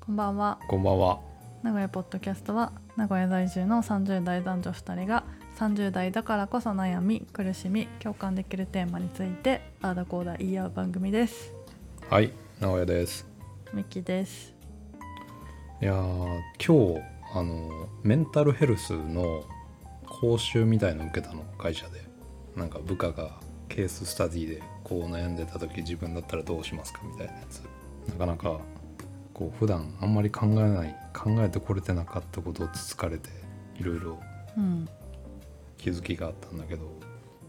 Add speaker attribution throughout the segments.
Speaker 1: こんばんは
Speaker 2: こんばんは。
Speaker 1: 名古屋ポッドキャストは名古屋在住の30代男女2人が30代だからこそ悩み苦しみ共感できるテーマについてあーだこーだ言い合う番組です
Speaker 2: はい、直哉です。
Speaker 1: ミキです
Speaker 2: いやー、今日あのメンタルヘルスの講習みたいの受けたの会社で、なんか部下がケーススタディでこう悩んでた時自分だったらどうしますかみたいなやつ。なかなかこう普段あんまり考えない考えてこれてなかったことをつつかれていろいろ
Speaker 1: うん
Speaker 2: 気づきがあったんだけど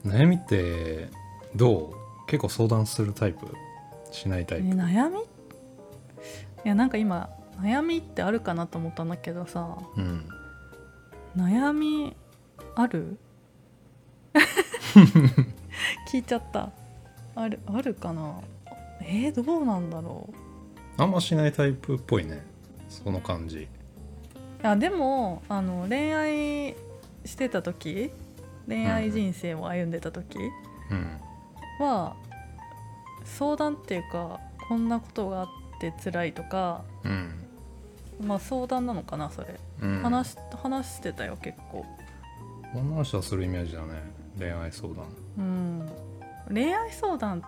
Speaker 2: 悩みってどう結構相談するタイプしないタ
Speaker 1: え
Speaker 2: イプ
Speaker 1: 悩みいやなんか今悩みってあるかなと思ったんだけどさ
Speaker 2: うん
Speaker 1: 悩みある聞いちゃったあるあるかなえー、どうなんだろう
Speaker 2: あんましないタイプっぽいねその感じ
Speaker 1: いやでもあの恋愛してた時恋愛人生を歩んでた時
Speaker 2: うん
Speaker 1: は、相談っていうかこんなことがあって辛いとか
Speaker 2: うん、
Speaker 1: まあ相談なのかなそれ、
Speaker 2: うん、
Speaker 1: 話し話してたよ結構、
Speaker 2: 女の人はするイメージだね恋愛相談
Speaker 1: うん、恋愛相談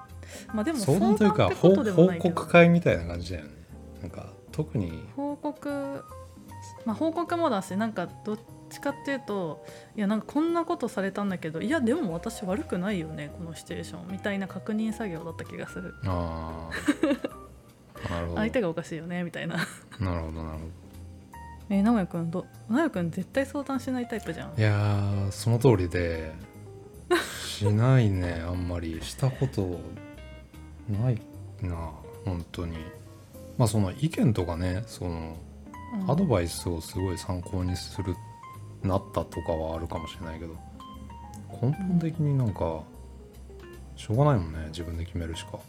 Speaker 1: まあでも
Speaker 2: 相談というか
Speaker 1: 相談ってこと
Speaker 2: 報
Speaker 1: でも
Speaker 2: 報
Speaker 1: ないけど
Speaker 2: 告会みたいな感じだよねなんか特に
Speaker 1: 報告まあ報告もだしなんかどっちかっていうといやなんかこんなことされたんだけどいやでも私悪くないよねこのシチュエーションみたいな確認作業だった気がする
Speaker 2: あ あなるほど
Speaker 1: 相手がおかしいよねみたいな
Speaker 2: なるほどなるほ
Speaker 1: え名古屋くんど名古屋くん絶対相談しないタイプじゃん
Speaker 2: どいやーその通りでしないねあんまりしたことないな本当にまあその意見とかねその
Speaker 1: うん
Speaker 2: アドバイスをすごい参考にするなったとかはあるかもしれないけど根本的になんかしょうがないもんね自分で決めるしか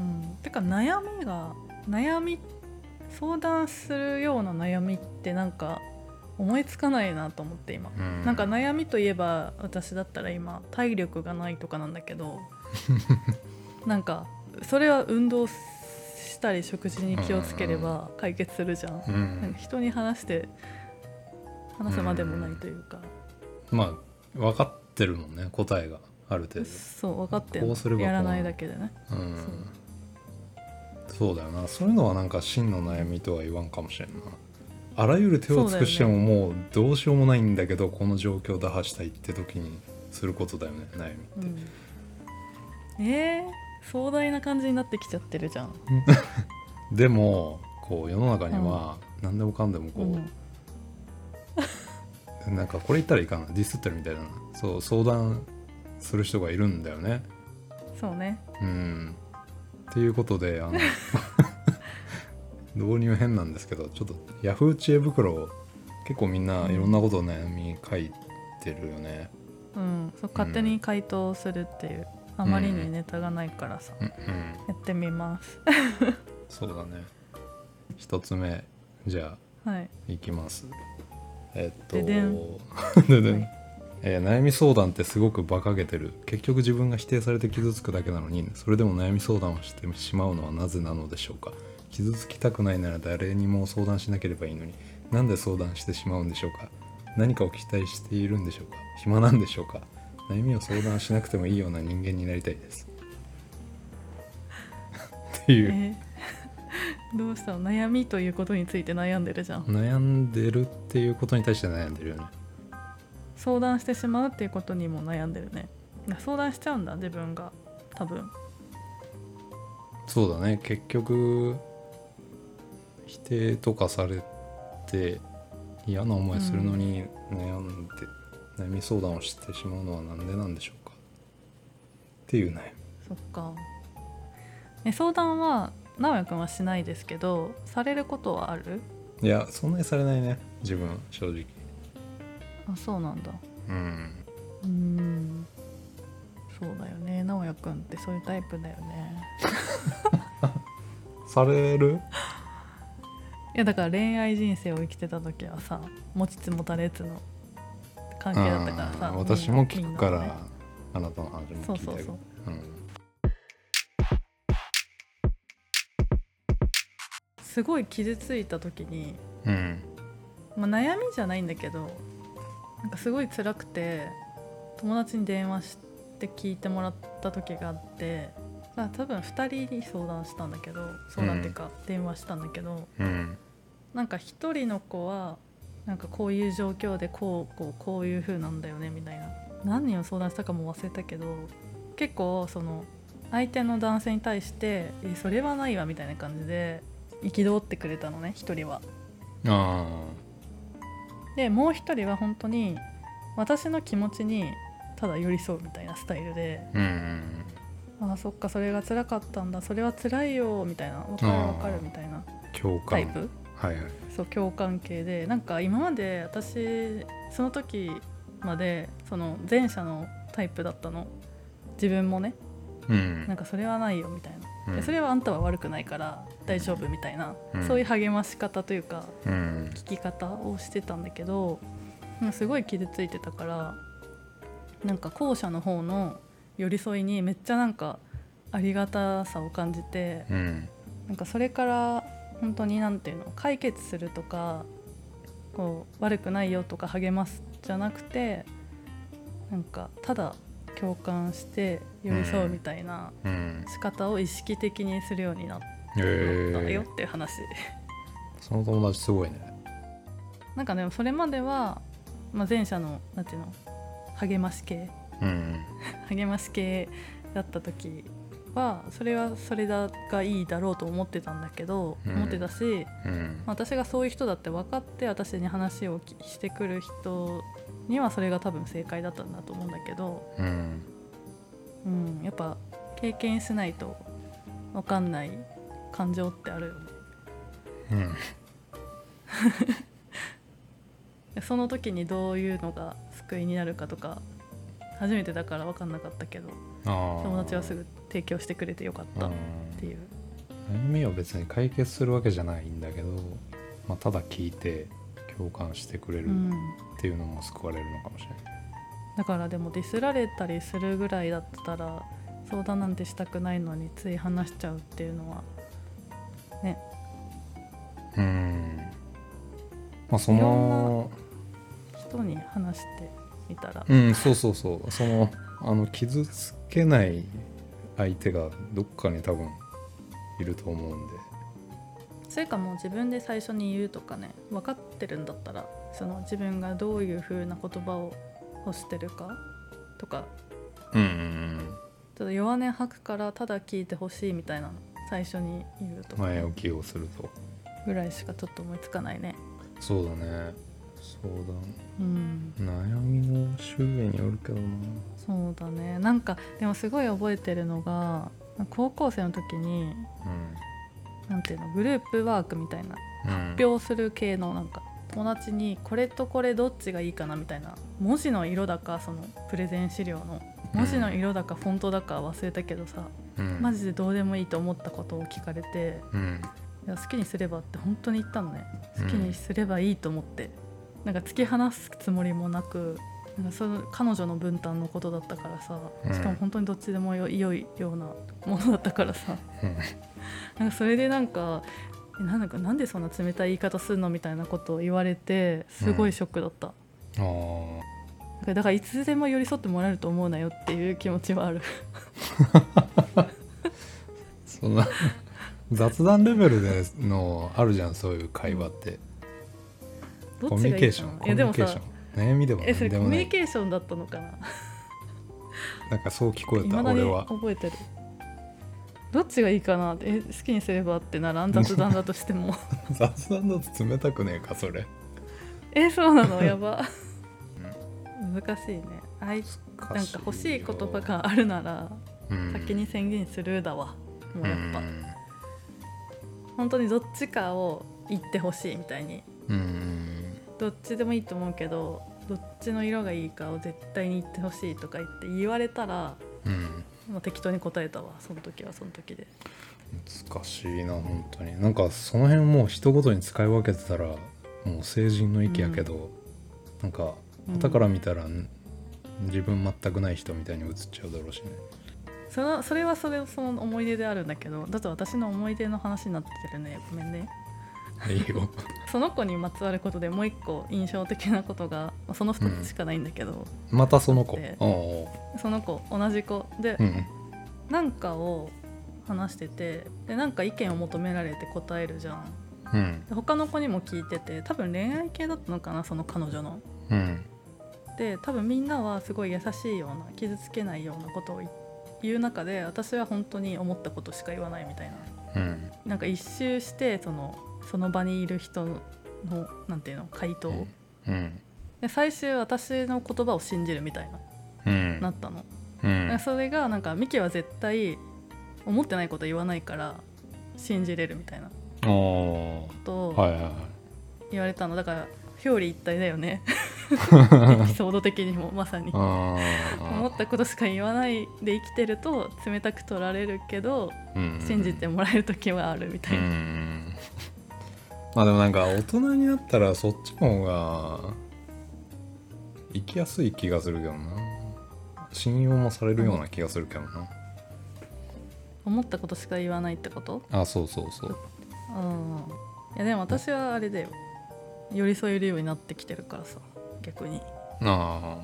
Speaker 1: うん、てか悩みが悩み相談するような悩みってなんか思いつかないなと思って今
Speaker 2: うん
Speaker 1: なんか悩みといえば私だったら今体力がないとかなんだけ どなんかそれは運動したり食事に気をつければ解決するじゃん,、
Speaker 2: う
Speaker 1: なん
Speaker 2: ん
Speaker 1: か人に話して話すまでもないというか、
Speaker 2: まあ分かってるもんね答えがある程度
Speaker 1: そう分かってんの
Speaker 2: こうすればこう
Speaker 1: やらないだけでね
Speaker 2: うんそうだよなそういうのはなんか真の悩みとは言わんかもしれんなあらゆる手を尽くしてももうどうしようもないんだけどこの状況を打破したいって時にすることだよね悩みって、
Speaker 1: うん、えー、壮大な感じになってきちゃってるじゃん、
Speaker 2: でもこう世の中には何でもかんでもこう、
Speaker 1: うん
Speaker 2: なんかこれ言ったらいかんなディスってるみたいだなそう相談する人がいるんだよね
Speaker 1: そうね
Speaker 2: うんっていうことであの 導入変なんですけどちょっとヤフー知恵袋を結構みんないろんなことを悩み書いてるよね、
Speaker 1: うんそう勝手に回答するっていう、あまりにネタがないからさ、
Speaker 2: うん
Speaker 1: やってみます
Speaker 2: そうだね一つ目じゃ
Speaker 1: はい
Speaker 2: あいきますえっと
Speaker 1: ででん
Speaker 2: ででん
Speaker 1: はい
Speaker 2: えー悩み相談ってすごく馬鹿げてる結局自分が否定されて傷つくだけなのにそれでも悩み相談をしてしまうのはなぜなのでしょうか傷つきたくないなら誰にも相談しなければいいのになんで相談してしまうんでしょうか何かを期待しているんでしょうか暇なんでしょうか悩みを相談しなくてもいいような人間になりたいです っ
Speaker 1: え
Speaker 2: ていう
Speaker 1: ー どうしたの悩みということについて悩んでるじゃん
Speaker 2: 悩んでるっていうことに対して悩んでるよね
Speaker 1: 相談してしまうっていうことにも悩んでるね相談しちゃうんだ自分が多分
Speaker 2: そうだね結局否定とかされて嫌な思いするのに悩んで、悩み相談をしてしまうのはなんでなんでしょうかっていうね
Speaker 1: そっかえ相談は直哉くんはしないですけどされることはある
Speaker 2: いやそんなにされないね自分正直
Speaker 1: あそうなんだ
Speaker 2: うん
Speaker 1: うーんそうだよね直哉くんってそういうタイプだよね
Speaker 2: される
Speaker 1: いやだから恋愛人生を生きてた時はさ持ちつ持たれつの関係だったからさ
Speaker 2: うん私も聞くか
Speaker 1: みんな
Speaker 2: ら
Speaker 1: ね
Speaker 2: あなたの話も聞いた
Speaker 1: そ
Speaker 2: よ
Speaker 1: うそうそう
Speaker 2: うん
Speaker 1: すごい傷ついた時に、
Speaker 2: うん
Speaker 1: まあ、悩みじゃないんだけどなんかすごい辛くて友達に電話して聞いてもらった時があって、まあ、多分2人に相談したんだけど相談っていうか電話したんだけど、
Speaker 2: うん
Speaker 1: なんか1人の子はなんかこういう状況でこうこうこういう風なんだよねみたいな何人を相談したかも忘れたけど結構その相手の男性に対して「えそれはないわ」みたいな感じで憤ってくれたのね1人は。
Speaker 2: あ
Speaker 1: でもう1人は本当に私の気持ちにただ寄り添うみたいなスタイルで
Speaker 2: あうん
Speaker 1: 「ああそっかそれが辛かったんだそれは辛いよ」みたいな「わかるわかる」みたいな
Speaker 2: 共感
Speaker 1: タイプ
Speaker 2: はいはい
Speaker 1: そう共感系でなんか今まで私その時までその前者のタイプだったの自分もね
Speaker 2: うん
Speaker 1: なんかそれはないよみたいな、
Speaker 2: う
Speaker 1: で
Speaker 2: ん
Speaker 1: それはあんたは悪くないから大丈夫みたいな、
Speaker 2: うん
Speaker 1: そういう励まし方というか
Speaker 2: うん
Speaker 1: 聞き方をしてたんだけどなんかすごい傷ついてたからなんか後者の方の寄り添いにめっちゃなんかありがたさを感じて
Speaker 2: うん
Speaker 1: なんかそれから本当に何ていうの解決するとかこう悪くないよとか励ますじゃなくてなんかただ共感して寄り添うみたいな
Speaker 2: うん
Speaker 1: 仕方を意識的にするようになっ
Speaker 2: へ
Speaker 1: たよ
Speaker 2: え
Speaker 1: っていう話、
Speaker 2: その友達すごいね
Speaker 1: なんかでもそれまでは、まあ、前者の何ていうの励まし系
Speaker 2: うん
Speaker 1: 励まし系だった時はそれはそれだがいいだろうと思ってたんだけど、
Speaker 2: うん
Speaker 1: 思ってたし
Speaker 2: うん
Speaker 1: 私がそういう人だって分かって私に話をきしてくる人にはそれが多分正解だったんだと思うんだけど、
Speaker 2: うん
Speaker 1: うん、やっぱ経験しないと分かんない感情ってあるよね
Speaker 2: うん
Speaker 1: その時にどういうのが救いになるかとか初めてだから分かんなかったけど友
Speaker 2: 友
Speaker 1: 達はすぐ提供してくれてよかったっていう、
Speaker 2: 悩みを別に解決するわけじゃないんだけど、まあ、ただ聞いて共感してくれる
Speaker 1: うん、
Speaker 2: っていうのも救われるのかもしれない、
Speaker 1: だからでもディスられたりするぐらいだったら相談なんてしたくないのについ話しちゃうっていうのは
Speaker 2: うんまあそ
Speaker 1: いろ
Speaker 2: の
Speaker 1: 人に話してみたら
Speaker 2: うんそうそうそうそのあの傷つけない相手がどっかに多分いると思うんで
Speaker 1: それかもう自分で最初に言うとかね分かってるんだったらその自分がどういう風な言葉を欲してるかとか
Speaker 2: うんうん
Speaker 1: ちょっと弱音吐くからただ聞いてほしいみたいなの最初に言うと
Speaker 2: うん
Speaker 1: かね、
Speaker 2: 前置きをすると
Speaker 1: ぐらいしかちょっと思いつかないね
Speaker 2: そうだね相談
Speaker 1: うん
Speaker 2: 悩みの周囲によるけどな
Speaker 1: そうだねなんかでもすごい覚えてるのが高校生の時になんていうのグループワークみたいな
Speaker 2: うん
Speaker 1: 発表する系のなんか友達にこれとこれどっちがいいかなみたいな文字の色だかそのプレゼン資料の文字の色だかフォントだか忘れたけどさ、
Speaker 2: うん
Speaker 1: マジでどうでもいいと思ったことを聞かれて
Speaker 2: うん
Speaker 1: いや好きにすればって本当に言ったのね
Speaker 2: うん
Speaker 1: 好きにすればいいと思って、なんか突き放すつもりもなくなんかその彼女の分担のことだったからさ
Speaker 2: うん
Speaker 1: しかも本当にどっちでもよ良いようなものだったからさ
Speaker 2: うん
Speaker 1: なんかそれでなんかえなんだかなんでそんな冷たい言い方するのみたいなことを言われてすごいショックだった、
Speaker 2: あー
Speaker 1: だからだからいつでも寄り添ってもらえると思うなよっていう気持ちはある
Speaker 2: そんな雑談レベルでのあるじゃんそういう会話って、
Speaker 1: どっ
Speaker 2: コミ
Speaker 1: ち
Speaker 2: ュ
Speaker 1: が
Speaker 2: ニ
Speaker 1: い
Speaker 2: ケー
Speaker 1: い
Speaker 2: シ
Speaker 1: か
Speaker 2: ョ
Speaker 1: な
Speaker 2: ンコ
Speaker 1: いや
Speaker 2: ミ
Speaker 1: で
Speaker 2: ュニ
Speaker 1: も
Speaker 2: ケー
Speaker 1: さ
Speaker 2: ション悩みでも
Speaker 1: えそ
Speaker 2: 何
Speaker 1: れ
Speaker 2: で
Speaker 1: コ
Speaker 2: も
Speaker 1: ミ
Speaker 2: な
Speaker 1: ュ
Speaker 2: い
Speaker 1: ニケーションだったのかな
Speaker 2: なんかそう聞こえ
Speaker 1: い
Speaker 2: た
Speaker 1: まだに
Speaker 2: 俺は
Speaker 1: 覚えてるどっちがいいかなってえ好きにすればってならん雑談だとして も
Speaker 2: 雑談だと冷たくねえかそれ
Speaker 1: えそうな のやば難しいねあいなんか欲しい言葉があるなら先に宣言するだわ、もうやっぱ、本当にどっちかを言ってほしいみたいに
Speaker 2: うんうん
Speaker 1: どっちでもいいと思うけどどっちの色がいいかを絶対に言ってほしいとか言って言われたら、
Speaker 2: うん
Speaker 1: まあ、適当に答えたわその時はその時で
Speaker 2: 難しいな本当になんかその辺もう一言に使い分けてたらもう成人の域やけど、なんか
Speaker 1: うん
Speaker 2: 傍から見たら、自分全くない人みたいに映っちゃうだろうしね
Speaker 1: そのそれはそれその思い出であるんだけどだと私の思い出の話になってるねごめんね
Speaker 2: いいよ
Speaker 1: その子にまつわることでもう一個印象的なことがまあその2つしかないんだけど、
Speaker 2: またその子
Speaker 1: で
Speaker 2: おう
Speaker 1: その子同じ子で、
Speaker 2: おううん
Speaker 1: なんかを話しててでなんか意見を求められて答えるじゃん
Speaker 2: うん
Speaker 1: で他の子にも聞いてて多分恋愛系だったのかなその彼女の。
Speaker 2: うん
Speaker 1: で多分みんなはすごい優しいような傷つけないようなことを言言う中で私は本当に思ったことしか言わないみたいな。
Speaker 2: うん
Speaker 1: なんか一周してそのその場にいる人のなんていうの回答、
Speaker 2: うんうん
Speaker 1: で最終私の言葉を信じるみたいな、
Speaker 2: うん
Speaker 1: なったの、
Speaker 2: う
Speaker 1: だ
Speaker 2: ん
Speaker 1: からそれがなんかミキは絶対思ってないこと言わないから信じれるみたいなこ
Speaker 2: おー
Speaker 1: とを
Speaker 2: はいはいはい
Speaker 1: 言われたの、だから表裏一体だよ ねエピソード的にもまさに
Speaker 2: あ
Speaker 1: 思ったことしか言わないで生きてると冷たく取られるけど
Speaker 2: と
Speaker 1: 信じてもらえる時はあるみたいな、
Speaker 2: うんまあでもなんか大人になったらそっちの方が生きやすい気がするけどな信用もされるような気がするけどな
Speaker 1: 思ったことしか言わないってこと
Speaker 2: あそうそうそう
Speaker 1: うんいやでも私はあれだよ寄り添えるようになってきてるからさ逆に
Speaker 2: あ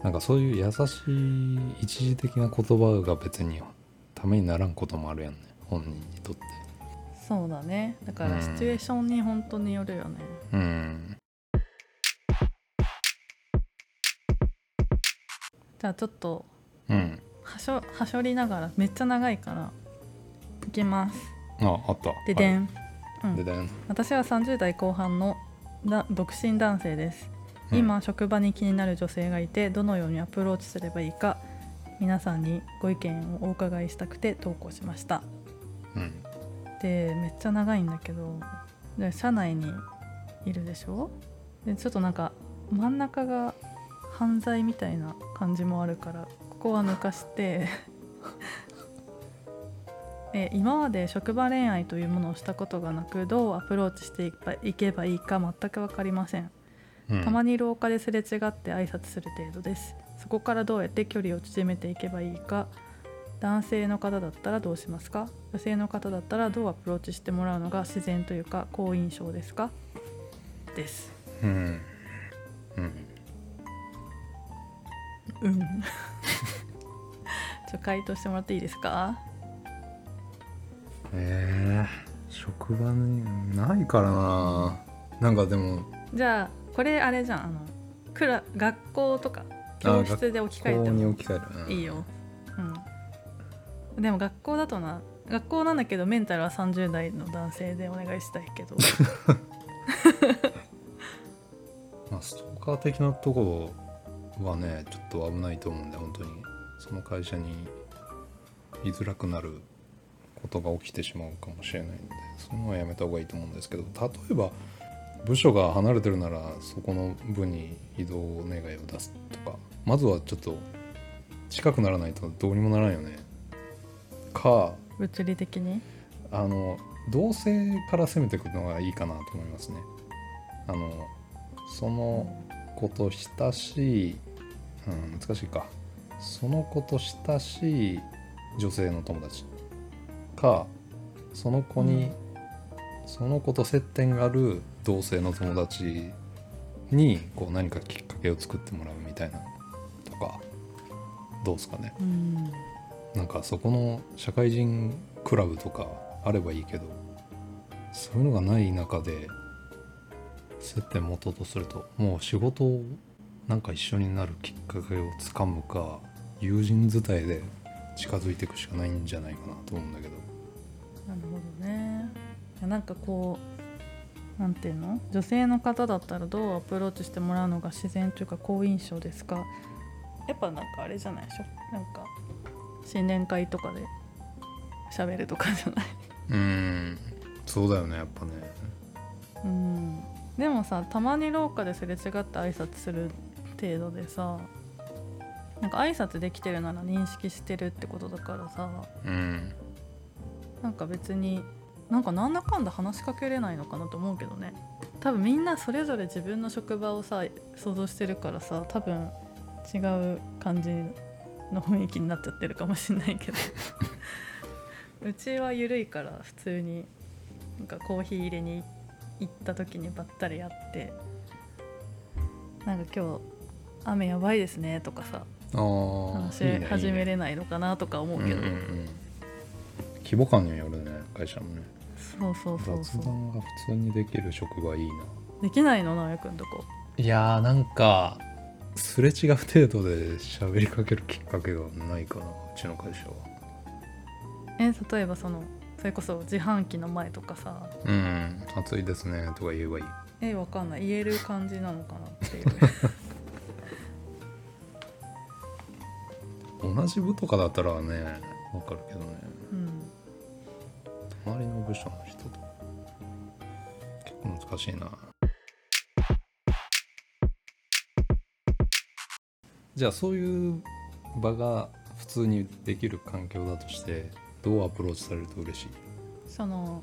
Speaker 2: あなんかそういう優しい一時的な言葉が別にためにならんこともあるやんね本人にとって
Speaker 1: そうだねだか
Speaker 2: う
Speaker 1: ら
Speaker 2: ん
Speaker 1: シチュエーションに本当によるよね、
Speaker 2: うん
Speaker 1: じゃあちょっと
Speaker 2: うん
Speaker 1: はしょはしょりながらめっちゃ長いからいきます
Speaker 2: ああった
Speaker 1: ででん、う
Speaker 2: は
Speaker 1: ん
Speaker 2: いででん
Speaker 1: 私は30代後半のだ独身男性です今、職場に気になる女性がいてどのようにアプローチすればいいか皆さんにご意見をお伺いしたくて投稿しました
Speaker 2: うんうん
Speaker 1: でめっちゃ長いんだけどで車内にいるでしょでちょっとなんか真ん中が犯罪みたいな感じもあるからここは抜かして で今まで職場恋愛というものをしたことがなくどうアプローチしていけばいけばいいか全く分かりません
Speaker 2: うん、
Speaker 1: たまに廊下ですれ違って挨拶する程度ですそこからどうやって距離を縮めていけばいいか男性の方だったらどうしますか女性の方だったらどうアプローチしてもらうのが自然というか好印象ですかです
Speaker 2: うんうん
Speaker 1: うん ちょ回答してもらっていいですか
Speaker 2: えー、職場にないからななんかでも
Speaker 1: じゃあこれあれじゃんあのクラ学校とか
Speaker 2: あ
Speaker 1: 教室で置き換え
Speaker 2: 学
Speaker 1: て
Speaker 2: 校に
Speaker 1: も
Speaker 2: 置き換える、うん
Speaker 1: いいよ、うん、でも学校だとな学校なんだけどメンタルは30代の男性でお願いしたいけど
Speaker 2: まあ、ストーカー的なところはねちょっと危ないと思うんで本当にその会社に居づらくなることが起きてしまうかもしれないんでそのはやめた方がいいと思うんですけど例えば部署が離れてるならそこの部に移動願いを出すとかまずはちょっと近くならないとどうにもならんよねか
Speaker 1: 物理的に
Speaker 2: あの同性から攻めていくのがいいかなと思いますねあのその子と親しい、うん、難しいかその子と親しい女性の友達かその子に、
Speaker 1: うん
Speaker 2: その子と接点がある同性の友達にこう何かきっかけを作ってもらうみたいなとかどうですかね
Speaker 1: うん
Speaker 2: なんかそこの社会人クラブとかあればいいけどそういうのがない中で接点持とうとするともう仕事をなんか一緒になるきっかけをつかむか友人伝いで近づいていくしかないんじゃないかなと思うんだけど
Speaker 1: なるほどねいやなんかこうなんていうの女性の方だったらどうアプローチしてもらうのが自然というか好印象ですかやっぱなんかあれじゃないでしょなんか新年会とかで喋るとかじゃない
Speaker 2: うんそうだよねやっぱね
Speaker 1: うんでもさたまに廊下ですれ違って挨拶する程度でさなんか挨拶できてるなら認識してるってことだからさ
Speaker 2: うん
Speaker 1: なんか別になんかなんだかんだ話しかけれないのかなと思うけどね多分みんなそれぞれ自分の職場をさ想像してるからさ多分違う感じの雰囲気になっちゃってるかもしんないけどうちは緩いから普通になんかコーヒー入れに行った時にばったり会って「なんか今日雨やばいですね」とかさ
Speaker 2: あ
Speaker 1: 話
Speaker 2: あいい
Speaker 1: し
Speaker 2: ね
Speaker 1: 始め
Speaker 2: いいね
Speaker 1: れないのかなとか思う
Speaker 2: うん
Speaker 1: け
Speaker 2: う
Speaker 1: ど
Speaker 2: んうん規模感によるね会社もね
Speaker 1: そうそうそうそ
Speaker 2: 雑
Speaker 1: う
Speaker 2: 談が普通にできる職場いいな
Speaker 1: できないの直哉くんとこ
Speaker 2: いやーなんかすれ違う程度で喋りかけるきっかけがないかなうちの会社は
Speaker 1: え例えばそのそれこそ自販機の前とかさ
Speaker 2: うん暑いですねとか言えばいい
Speaker 1: えわかんない言える感じなのかなっていう
Speaker 2: 同じ部とかだったらねわかるけどね
Speaker 1: うん
Speaker 2: 隣の部署の人と結構難しいなじゃあそういう場が普通にできる環境だとしてどうアプローチされると嬉しい
Speaker 1: その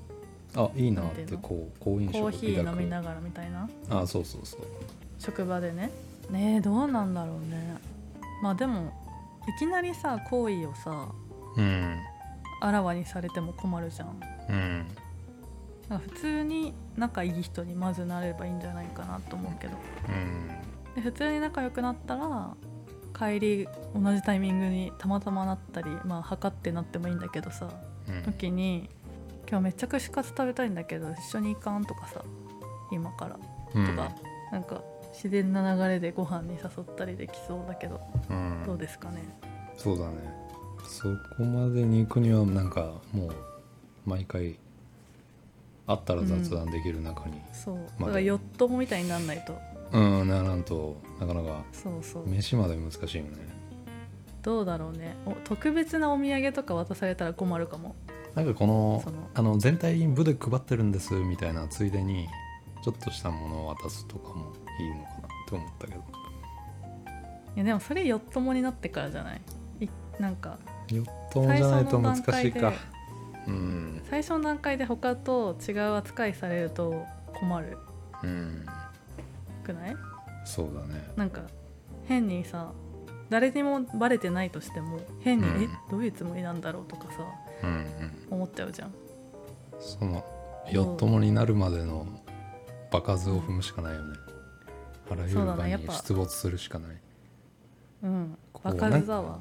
Speaker 2: あいいなっ
Speaker 1: なんて
Speaker 2: て
Speaker 1: いうの
Speaker 2: こう好印象
Speaker 1: コー
Speaker 2: を
Speaker 1: ヒー飲み
Speaker 2: 抱
Speaker 1: ながらみたいな
Speaker 2: くあそうそうそう
Speaker 1: 職場でねねえどうなんだろうねまあでもいきなりさ好意をさ
Speaker 2: うん
Speaker 1: あらわにされても困るじゃんだ
Speaker 2: うん
Speaker 1: から普通に仲いい人にまずなればいいんじゃないかなと思うけど
Speaker 2: うん
Speaker 1: で普通に仲良くなったら帰り同じタイミングにたまたまなったりまあ測ってなってもいいんだけどさ
Speaker 2: うん
Speaker 1: 時に「今日めっちゃ串カツ食べたいんだけど一緒に行かん?」とかさ今から
Speaker 2: うん
Speaker 1: とか、なんか自然な流れでご飯に誘ったりできそうだけど
Speaker 2: うん
Speaker 1: どうですかね
Speaker 2: そうだねそこまでに行くにはなんかもう毎回会ったら雑談できる中に
Speaker 1: そうだ
Speaker 2: まあ
Speaker 1: からヨットもみたいになんないと
Speaker 2: うん、ならんとなかなか
Speaker 1: そうそう
Speaker 2: 飯まで難しいよね
Speaker 1: どうだろうねお特別なお土産とか渡されたら困るかも
Speaker 2: なんかこの
Speaker 1: その
Speaker 2: あの全体に部で配ってるんですみたいなついでにちょっとしたものを渡すとかもいいのかなと思ったけど
Speaker 1: いやでもそれヨットもになってからじゃないいなんか
Speaker 2: ヨットもじゃないと難しい
Speaker 1: 最初の段階で
Speaker 2: かうん
Speaker 1: 最初の段階で他と違う扱いされると困る
Speaker 2: うん
Speaker 1: くない
Speaker 2: そうだね
Speaker 1: なんか変にさ誰にもバレてないとしても変に、
Speaker 2: うん
Speaker 1: えどういうつもりなんだろうとかさ
Speaker 2: うんうん
Speaker 1: 思っちゃうじゃん
Speaker 2: そのヨットもになるまでの場数を踏むしかないよねあらゆ
Speaker 1: そ
Speaker 2: る
Speaker 1: うだ
Speaker 2: 場
Speaker 1: ねやっ
Speaker 2: に
Speaker 1: ぱ
Speaker 2: 出没するしかない
Speaker 1: うん
Speaker 2: こう
Speaker 1: 場数だわ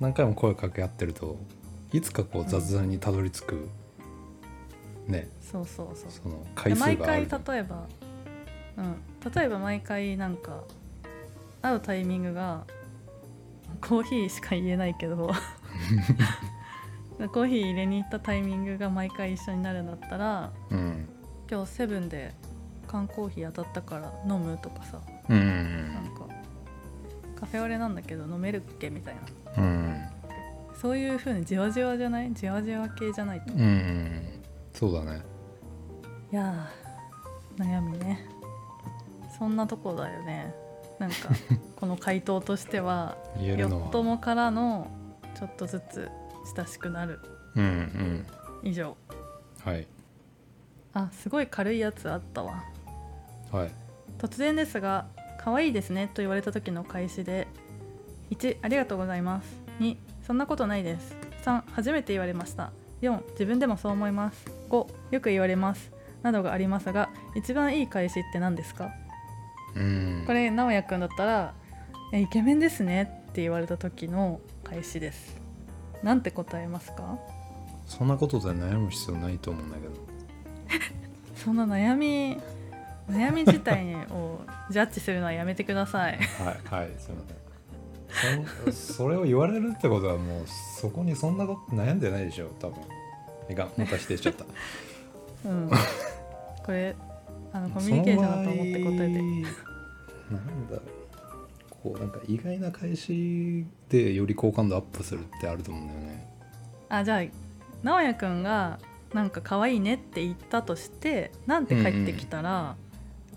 Speaker 2: 何回も声かけ合ってるといつかこう雑談にたどり着く、ね
Speaker 1: そうそうそう
Speaker 2: その
Speaker 1: で
Speaker 2: 回数
Speaker 1: 毎
Speaker 2: があ
Speaker 1: 回
Speaker 2: る
Speaker 1: 例えば、うん、例えば毎回なんか会うタイミングがコーヒーしか言えない けどコーヒー入れに行ったタイミングが毎回一緒になるんだったら
Speaker 2: うん
Speaker 1: 今日セブンで缶コーヒー当たったから飲むとかさ
Speaker 2: うん
Speaker 1: なんかカフェオレなんだけど飲めるっけみたいな
Speaker 2: うんうん
Speaker 1: そういう風にじわじわじゃないじわじわ系じゃないとい
Speaker 2: うんうんそうだね
Speaker 1: やー悩みねそんなとこだよねなん かこの回答としては
Speaker 2: 言える
Speaker 1: よ
Speaker 2: の
Speaker 1: っと
Speaker 2: は
Speaker 1: もからのちょっとずつ親しくなる
Speaker 2: うんうん
Speaker 1: 以上
Speaker 2: はい
Speaker 1: あすごい軽いやつあったわ
Speaker 2: はい
Speaker 1: 突然ですが「可愛いですね」と言われた時の開始で1「ありがとうございます」2「そんなことないです」3「初めて言われました」4「自分でもそう思います」5「よく言われます」などがありますが一番いい返しって何ですか
Speaker 2: うん
Speaker 1: これ直哉くんだったら「えイケメンですね」って言われた時の返しですなんて答えますか
Speaker 2: そんなことで悩む必要ないと思うんだけど
Speaker 1: そんな悩み悩み自体をジャッジするのはやめてください
Speaker 2: はいはいすいませんそんそれを言われるってことはもうそこにそんなこと悩んでないでしょ多分いかんまた否定しちゃった
Speaker 1: うんこれあのコミュニケーションだと思って答えて
Speaker 2: その場合なんだろうこうなんか意外な返しでより好感度アップするってあると思うんだよね
Speaker 1: あじゃあ直哉くんがなんか可愛いねって言ったとしてなんて返ってきたら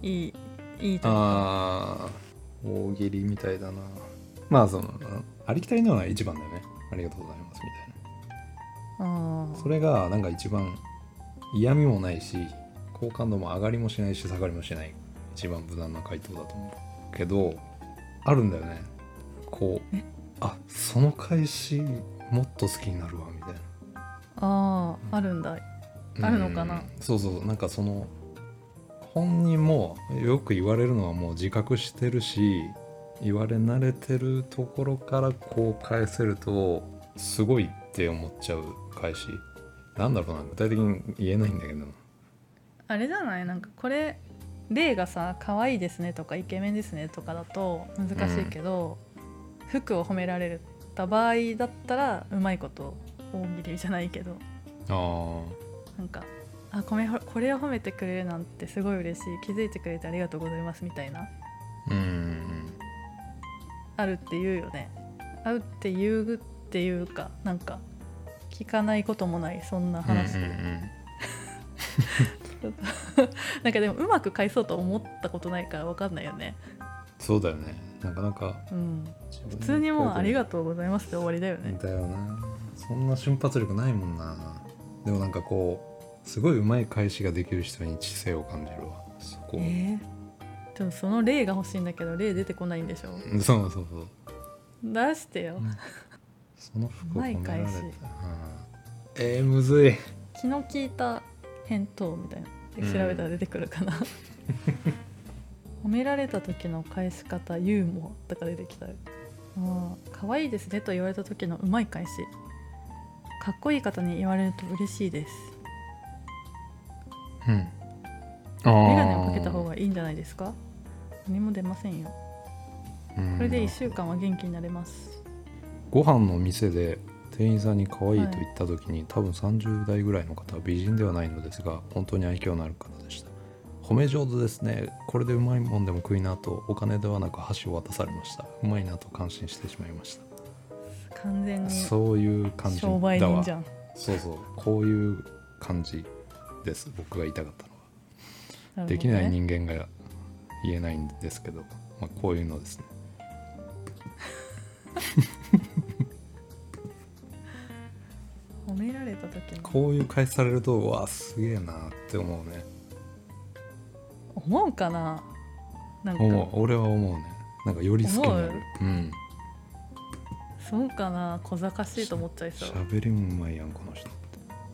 Speaker 1: いい、いいと思う
Speaker 2: ああ大喜利みたいだなまあそのありきたりなのは一番だよねありがとうございますみたいな
Speaker 1: あ
Speaker 2: それがなんか一番嫌味もないし好感度も上がりもしないし下がりもしない一番無難な回答だと思うけどあるんだよねこう
Speaker 1: え
Speaker 2: あその返しもっと好きになるわみたいな
Speaker 1: あーあるんだあるのかな
Speaker 2: うんそうそうなんかその本人もよく言われるのはもう自覚してるし言われ慣れてるところからこう返せるとすごいって思っちゃう返しなんだろうな具体的に言えないんだけど
Speaker 1: あれじゃないなんかこれ例がさ「可愛いですね」とか「イケメンですね」とかだと難しいけど、服を褒められた場合だったらうまいこと大喜利じゃないけど
Speaker 2: あ
Speaker 1: なんか「あこれこれを褒めてくれるなんてすごい嬉しい気づいてくれてありがとうございます」みたいな
Speaker 2: あうん
Speaker 1: あるって言うよねあるって言うっていうかなんか聞かないこともないそんな話、
Speaker 2: うんうんうん
Speaker 1: なんかでもうまく返そうと思ったことないから分かんないよね
Speaker 2: そうだよねなかなか
Speaker 1: うん普通にもう「ありがとうございます」で終わりだよね
Speaker 2: だよなそんな瞬発力ないもんなでもなんかこうすごいうまい返しができる人に知性を感じるわそこ、
Speaker 1: えーでもその例が欲しいんだけど例出てこないんでしょ
Speaker 2: そうそうそう
Speaker 1: 出してよ
Speaker 2: その服を褒められ
Speaker 1: うま
Speaker 2: た
Speaker 1: い返し
Speaker 2: うんえー、むずい
Speaker 1: 気の利いた返答みたいなで調べたら出てくるかな、褒められた時の返し方ユーモアとか出てきたよあー可愛いですねと言われた時のうまい返しかっこいい方に言われると嬉しいです
Speaker 2: うん
Speaker 1: 眼鏡をかけた方がいいんじゃないですか何も出ませんよこれで1週間は元気になれます
Speaker 2: ご飯の店で店員さんに可愛いと言った時に、多分30代ぐらいの方は美人ではないのですが本当に愛嬌のある方でした褒め上手ですねこれでうまいもんでも食いなとお金ではなく箸を渡されましたうまいなと感心してしまいました、
Speaker 1: 完全に
Speaker 2: そういう感じだ
Speaker 1: 商売人
Speaker 2: わ
Speaker 1: じゃん
Speaker 2: そうそうこういう感じです僕が言いたかったのは
Speaker 1: なるほどね
Speaker 2: できない人間が言えないんですけど、まあ、こういうのですね
Speaker 1: 褒められた時に
Speaker 2: こういう返しされるとうわすげえなって思うね
Speaker 1: 思うかななんか
Speaker 2: 思う俺は思うねなんかより好きになるうん
Speaker 1: そうかな小賢しいと思っちゃいそう
Speaker 2: 喋りもうまいやんこの人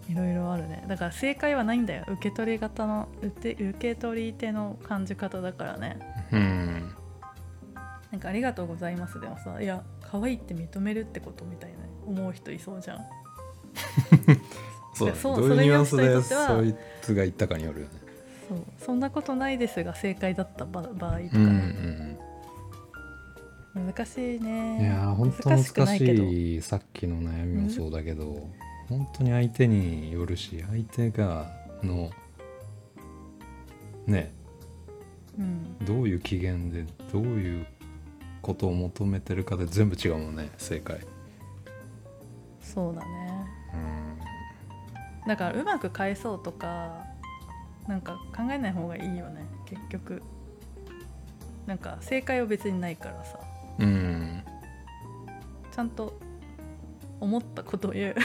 Speaker 1: いろいろあるねだから正解はないんだよ受け取り方の受け受け取り手の感じ方だからね
Speaker 2: うん
Speaker 1: なんか「ありがとうございます」でもさ「いや可愛いって認めるってこと」みたいな思う人いそうじゃん
Speaker 2: そう
Speaker 1: いやそう
Speaker 2: どういうニュアンス
Speaker 1: それに
Speaker 2: で
Speaker 1: 関しては
Speaker 2: そいつが言ったかによるよね
Speaker 1: そうそんなことないですが正解だった場場合と
Speaker 2: う
Speaker 1: か
Speaker 2: んう
Speaker 1: ね、
Speaker 2: ん
Speaker 1: 難しい
Speaker 2: うん
Speaker 1: ね
Speaker 2: いやー本当難しい
Speaker 1: くないけど
Speaker 2: さっきの悩みもそうだけど本当に相手によるし相手がのね
Speaker 1: うん
Speaker 2: どういう機嫌でどういうことを求めてるかで全部違うもんね正解
Speaker 1: そうだね
Speaker 2: うん
Speaker 1: だからうまく返そうとかなんか考えない方がいいよね結局なんか正解は別にないからさ
Speaker 2: うん
Speaker 1: ちゃんと思ったことを言う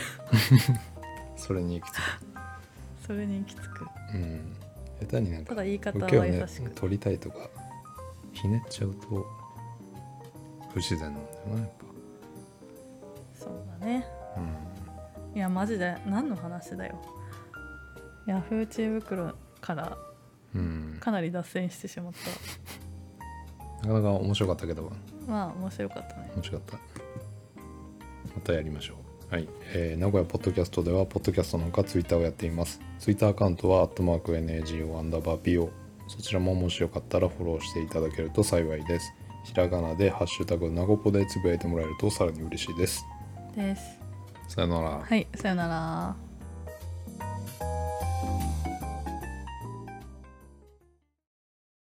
Speaker 2: それに行き着く、
Speaker 1: それに行き着く
Speaker 2: うん、下手になん
Speaker 1: た
Speaker 2: か
Speaker 1: だ言い方
Speaker 2: 受けを
Speaker 1: は
Speaker 2: ね
Speaker 1: 優しく、
Speaker 2: 取りたいとかひねっちゃうと不自然なんだよなやっ
Speaker 1: そうだね
Speaker 2: ぱ、うん、
Speaker 1: いやマジで何の話だよヤフー知恵袋から
Speaker 2: うん、な
Speaker 1: かなり脱線してしまった
Speaker 2: かなか面白かったけど
Speaker 1: まあ面白かったね
Speaker 2: 面白かったまたやりましょうはい、えー名古屋ポッドキャストではポッドキャストのほかツイッターをやっていますツイッターアカウントは「#NAGO アンダーバー PO」そちらももしよかったらフォローしていただけると幸いですひらがなで「ハッシュタグナゴポ」でつぶやいてもらえるとさらに嬉しいです
Speaker 1: です
Speaker 2: さよなら
Speaker 1: はいさよなら